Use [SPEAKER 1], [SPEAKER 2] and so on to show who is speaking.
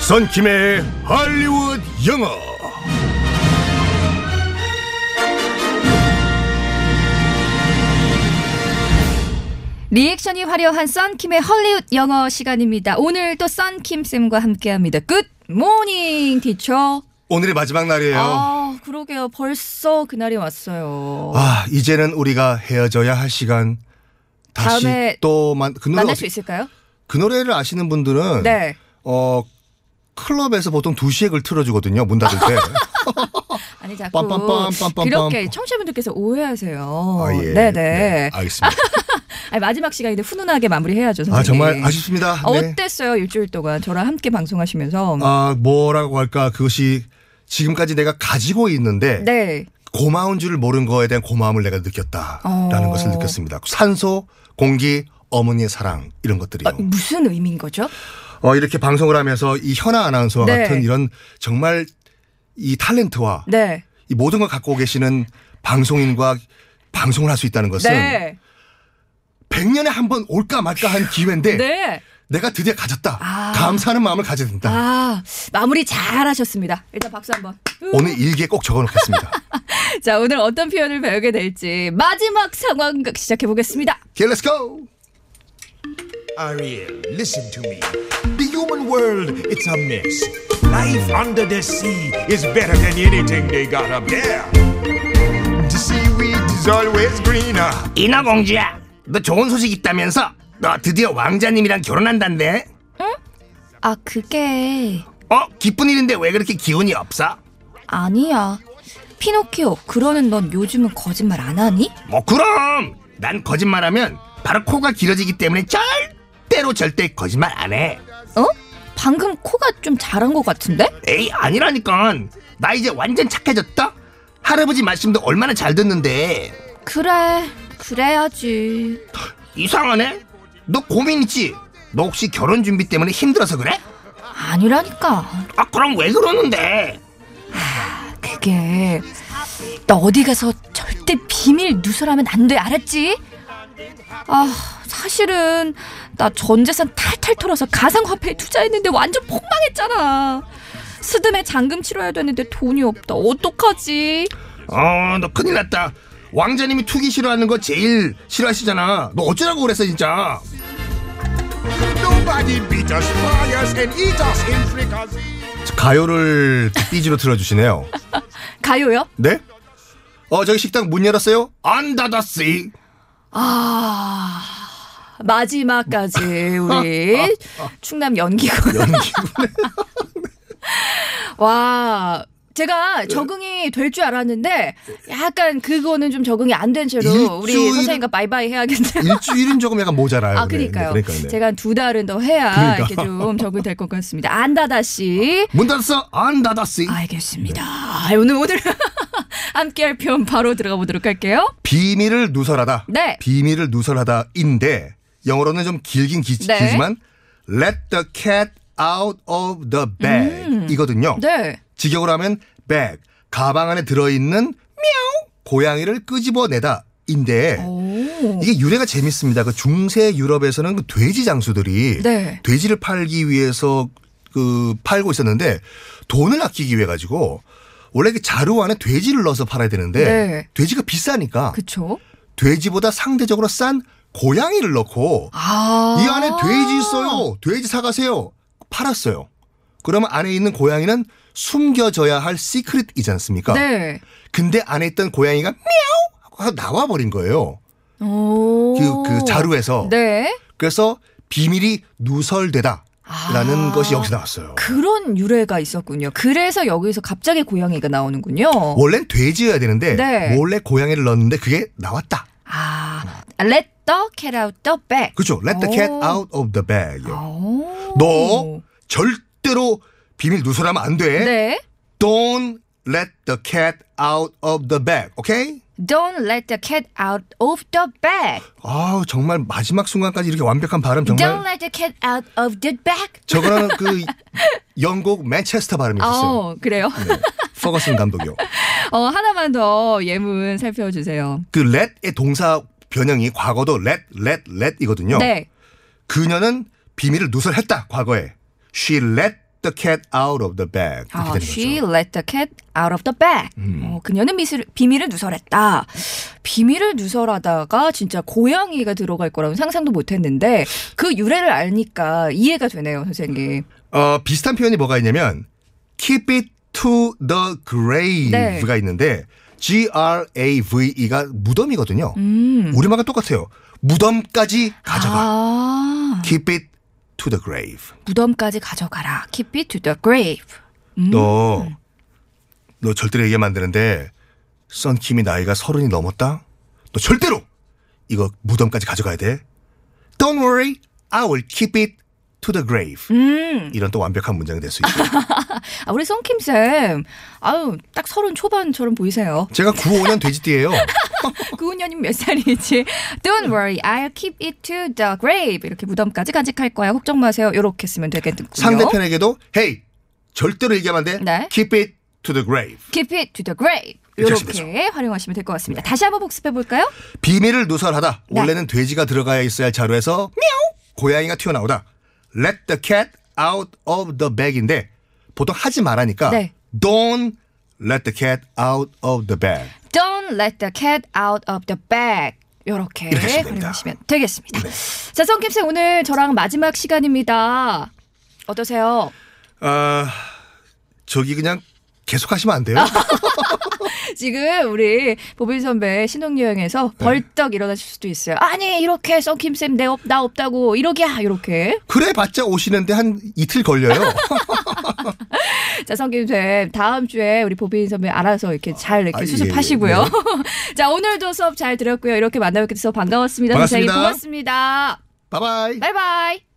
[SPEAKER 1] 선킴의 할리우드 영어.
[SPEAKER 2] 리액션이 화려한 썬킴의 헐리우드 영어 시간입니다. 오늘 또 썬킴 쌤과 함께합니다. 굿 모닝 티처.
[SPEAKER 1] 오늘이 마지막 날이에요. 아,
[SPEAKER 2] 아 그러게요. 벌써 그날이 왔어요.
[SPEAKER 1] 아, 이제는 우리가 헤어져야 할 시간. 다시
[SPEAKER 2] 다음에
[SPEAKER 1] 또 만, 그 노래
[SPEAKER 2] 만날
[SPEAKER 1] 어떻게-
[SPEAKER 2] 수 있을까요?
[SPEAKER 1] 그 노래를 아시는 분들은
[SPEAKER 2] 네.
[SPEAKER 1] 어 클럽에서 보통 2시에 을 틀어주거든요. 문 닫을 때.
[SPEAKER 2] 아니 자꾸
[SPEAKER 1] 빰빰빰, 빰빰빰.
[SPEAKER 2] 이렇게 청취자분들께서 오해하세요.
[SPEAKER 1] 아, 예.
[SPEAKER 2] 어, 네네.
[SPEAKER 1] 네, 알겠습니다.
[SPEAKER 2] 아니, 마지막 시간인데 훈훈하게 마무리해야죠. 선생님.
[SPEAKER 1] 아, 정말 아쉽습니다.
[SPEAKER 2] 아,
[SPEAKER 1] 네.
[SPEAKER 2] 어땠어요 일주일 동안 저랑 함께 방송하시면서?
[SPEAKER 1] 아, 뭐라고 할까. 그것이 지금까지 내가 가지고 있는데
[SPEAKER 2] 네.
[SPEAKER 1] 고마운 줄을 모른 거에 대한 고마움을 내가 느꼈다라는
[SPEAKER 2] 어.
[SPEAKER 1] 것을 느꼈습니다. 산소, 공기, 어머니의 사랑 이런 것들이요.
[SPEAKER 2] 아, 무슨 의미인 거죠?
[SPEAKER 1] 어, 이렇게 방송을 하면서 이 현아 아나운서와
[SPEAKER 2] 네.
[SPEAKER 1] 같은 이런 정말 이 탤런트와
[SPEAKER 2] 네.
[SPEAKER 1] 이 모든 걸 갖고 계시는 방송인과 방송을 할 수 있다는 것은
[SPEAKER 2] 네.
[SPEAKER 1] 100년에 한 번 올까 말까 한 기회인데
[SPEAKER 2] 네.
[SPEAKER 1] 내가 드디어 가졌다.
[SPEAKER 2] 아.
[SPEAKER 1] 감사하는 마음을 가져야 된다.
[SPEAKER 2] 아, 마무리 잘 하셨습니다. 일단 박수 한번.
[SPEAKER 1] 오늘 일기에 꼭 적어놓겠습니다.
[SPEAKER 2] 자, 오늘 어떤 표현을 배우게 될지 마지막 상황극 시작해 보겠습니다.
[SPEAKER 1] Okay, let's go.
[SPEAKER 3] Ariel, listen to me. The human world, it's a mess. Life under the sea is better than anything they got up there. The seaweed is always greener.
[SPEAKER 1] 인어공주야, 너 좋은 소식 있다면서? 너 드디어 왕자님이랑 결혼한단데?
[SPEAKER 2] 아, 그게
[SPEAKER 1] 어? 기쁜 일인데 왜 그렇게 기운이 없어?
[SPEAKER 2] 아니야. 피노키오, 그러는 넌 요즘은 거짓말 안 하니?
[SPEAKER 1] 뭐 그럼! 난 거짓말하면 바로 코가 길어지기 때문에 절대로 절대 거짓말 안 해.
[SPEAKER 2] 어? 방금 코가 좀 자란 것 같은데?
[SPEAKER 1] 에이 아니라니까. 나 이제 완전 착해졌다. 할아버지 말씀도 얼마나 잘 듣는데
[SPEAKER 2] 그래, 그래야지.
[SPEAKER 1] 이상하네. 너 고민 있지? 너 혹시 결혼 준비 때문에 힘들어서 그래?
[SPEAKER 2] 아니라니까.
[SPEAKER 1] 아 그럼 왜 그러는데?
[SPEAKER 2] 그게 나 어디 가서 절대 비밀 누설하면 안 돼 알았지? 아 사실은 나 전재산 탈탈 털어서 가상화폐에 투자했는데 완전 폭망했잖아 스드메 잔금 치러야 되는데 돈이 없다 어떡하지?
[SPEAKER 1] 어, 너 큰일 났다. 왕자님이 투기 싫어하는 거 제일 싫어하시잖아. 너 어쩌라고 그랬어, 진짜.
[SPEAKER 3] Nobody beat us, fry us, and eat us in fricassee.
[SPEAKER 1] 가요를 삐지로 틀어주시네요.
[SPEAKER 2] 가요요?
[SPEAKER 1] 네? 어, 저기 식당 문 열었어요? 안 닫았지.
[SPEAKER 2] 아 마지막까지 우리 충남 연기군 와
[SPEAKER 1] 네.
[SPEAKER 2] 제가 적응이 될 줄 알았는데 약간 그거는 좀 적응이 안 된 채로 우리
[SPEAKER 1] 일주일-
[SPEAKER 2] 선생님과 바이바이 해야겠네요.
[SPEAKER 1] 일주일은 조금 약간 모자라요.
[SPEAKER 2] 아,
[SPEAKER 1] 네, 네,
[SPEAKER 2] 그니까요.
[SPEAKER 1] 그러니까요, 네.
[SPEAKER 2] 제가 한 두 달은 더 해야
[SPEAKER 1] 그러니까.
[SPEAKER 2] 이렇게 좀 적응될 것 같습니다. 안다다 씨.
[SPEAKER 1] 문 닫았어? 안 닫았지.
[SPEAKER 2] 알겠습니다. 아, 오늘, 오늘 함께할 표현 바로 들어가 보도록 할게요.
[SPEAKER 1] 비밀을 누설하다.
[SPEAKER 2] 네.
[SPEAKER 1] 비밀을 누설하다인데 영어로는 좀 길긴 기,
[SPEAKER 2] 네.
[SPEAKER 1] 길지만 let the cat out of the bag 이거든요.
[SPEAKER 2] 음. 네.
[SPEAKER 1] 직역으로 하면 bag 가방 안에 들어있는 미야오 고양이를 끄집어내다인데
[SPEAKER 2] 오.
[SPEAKER 1] 이게 유래가 재밌습니다. 그 중세 유럽에서는 그 돼지 장수들이
[SPEAKER 2] 네.
[SPEAKER 1] 돼지를 팔기 위해서 그 팔고 있었는데 돈을 아끼기 위해 가지고 원래 그 자루 안에 돼지를 넣어서 팔아야 되는데
[SPEAKER 2] 네.
[SPEAKER 1] 돼지가 비싸니까
[SPEAKER 2] 그쵸?
[SPEAKER 1] 돼지보다 상대적으로 싼 고양이를 넣고
[SPEAKER 2] 아.
[SPEAKER 1] 이 안에 돼지 있어요. 돼지 사가세요. 팔았어요. 그러면 안에 있는 고양이는 숨겨져야 할 시크릿이지 않습니까?
[SPEAKER 2] 네.
[SPEAKER 1] 근데 안에 있던 고양이가 미야오 하고 나와버린 거예요.
[SPEAKER 2] 오.
[SPEAKER 1] 그, 그 자루에서.
[SPEAKER 2] 네.
[SPEAKER 1] 그래서 비밀이 누설되다. 라는
[SPEAKER 2] 아.
[SPEAKER 1] 것이 여기서 나왔어요.
[SPEAKER 2] 그런 유래가 있었군요. 그래서 여기서 갑자기 고양이가 나오는군요.
[SPEAKER 1] 원래는 돼지여야 되는데
[SPEAKER 2] 네.
[SPEAKER 1] 몰래 고양이를 넣었는데 그게 나왔다.
[SPEAKER 2] 아, let the cat out the bag. 어?
[SPEAKER 1] 그렇죠. Let the cat
[SPEAKER 2] 오. 아.
[SPEAKER 1] out of the bag.
[SPEAKER 2] 오.
[SPEAKER 1] 너 절대로 비밀 누설하면 안 돼.
[SPEAKER 2] 네.
[SPEAKER 1] Don't let the cat out of the bag. 오케이?
[SPEAKER 2] Don't let the cat out of the bag.
[SPEAKER 1] 아 정말 마지막 순간까지 이렇게 완벽한 발음 정말
[SPEAKER 2] Don't let the cat out of the bag.
[SPEAKER 1] 저거는 그 영국 맨체스터 발음이 있었어요. 네.
[SPEAKER 2] 아, 그래요?
[SPEAKER 1] 퍼거슨 감독이요.
[SPEAKER 2] 어, 하나만 더 예문 살펴주세요.
[SPEAKER 1] 그 let의 동사 변형이 과거도 let, let, let이거든요.
[SPEAKER 2] 네.
[SPEAKER 1] 그녀는 비밀을 누설했다. 과거에 she let the cat out of the bag. 이렇게
[SPEAKER 2] 아,
[SPEAKER 1] 되는
[SPEAKER 2] she
[SPEAKER 1] 거죠. 음.
[SPEAKER 2] let the cat out of the bag. 어, 그녀는 미술, 비밀을 누설했다. 비밀을 누설하다가 진짜 고양이가 들어갈 거라고 상상도 못했는데 그 유래를 아니까 이해가 되네요, 선생님.
[SPEAKER 1] 어, 비슷한 표현이 뭐가 있냐면 keep it to the grave가 있는데 G R A V E가 무덤이거든요. 우리말과 똑같아요. 무덤까지 가져가.
[SPEAKER 2] 아,
[SPEAKER 1] keep it to the grave.
[SPEAKER 2] 무덤까지 가져가라. Keep it to the grave.
[SPEAKER 1] 너, 너 절대로 얘기하면 안 되는데, 썬킴이 나이가 서른이 넘었다? 너 절대로! 이거 무덤까지 가져가야 돼. Don't worry, I will keep it to the grave. 이런 또 완벽한 문장이 될 수 있어요.
[SPEAKER 2] 아, 우리 썬킴쌤. 아유, 딱 서른 초반처럼 보이세요. 그
[SPEAKER 1] 제가 95년 돼지띠예요.
[SPEAKER 2] 구은현님 몇 살이지? Don't worry, I'll keep it to the grave. 이렇게 무덤까지 간직할 거야. 걱정 마세요. 이렇게 쓰면 되겠군요.
[SPEAKER 1] 상대편에게도 hey, 절대로 얘기하면 안 돼.
[SPEAKER 2] 네.
[SPEAKER 1] Keep it to the grave.
[SPEAKER 2] Keep it to the grave.
[SPEAKER 1] 이렇게
[SPEAKER 2] 이렇게 활용하시면 될 것 같습니다.
[SPEAKER 1] 네.
[SPEAKER 2] 다시 한번 복습해 볼까요?
[SPEAKER 1] 비밀을 누설하다.
[SPEAKER 2] 네.
[SPEAKER 1] 원래는 돼지가 들어가야 있어야 할 자루에서 고양이가 튀어나오다. Let the cat out of the bag인데 보통 하지 말라니까
[SPEAKER 2] 네.
[SPEAKER 1] Don't let the cat out of the bag.
[SPEAKER 2] Don't let the cat out of the bag. 이렇게
[SPEAKER 1] 이렇게 하시면 됩니다. 네.
[SPEAKER 2] 활용하시면 되겠습니다. 자, 성김쌤 오늘 저랑 마지막 시간입니다. 어떠세요?
[SPEAKER 1] 아 저기 그냥 계속 하시면 안 돼요?
[SPEAKER 2] 지금 우리 보빈 선배 신혼여행에서
[SPEAKER 1] 네.
[SPEAKER 2] 벌떡 일어나실 수도 있어요. 아니 이렇게 썬킴쌤 내 없, 나 없다고 이러기야 이렇게.
[SPEAKER 1] 그래 봤자 오시는데 한 이틀 걸려요.
[SPEAKER 2] 자, 성김쌤, 다음 주에 우리 보빈 선배 알아서 이렇게 잘 이렇게
[SPEAKER 1] 아, 예,
[SPEAKER 2] 수습하시고요. 자, 오늘도 수업 잘 들었고요. 이렇게 만나뵙게 돼서 반가웠습니다. 선생님,
[SPEAKER 1] 반갑습니다.
[SPEAKER 2] 고맙습니다.
[SPEAKER 1] 바이바이.
[SPEAKER 2] 바이바이.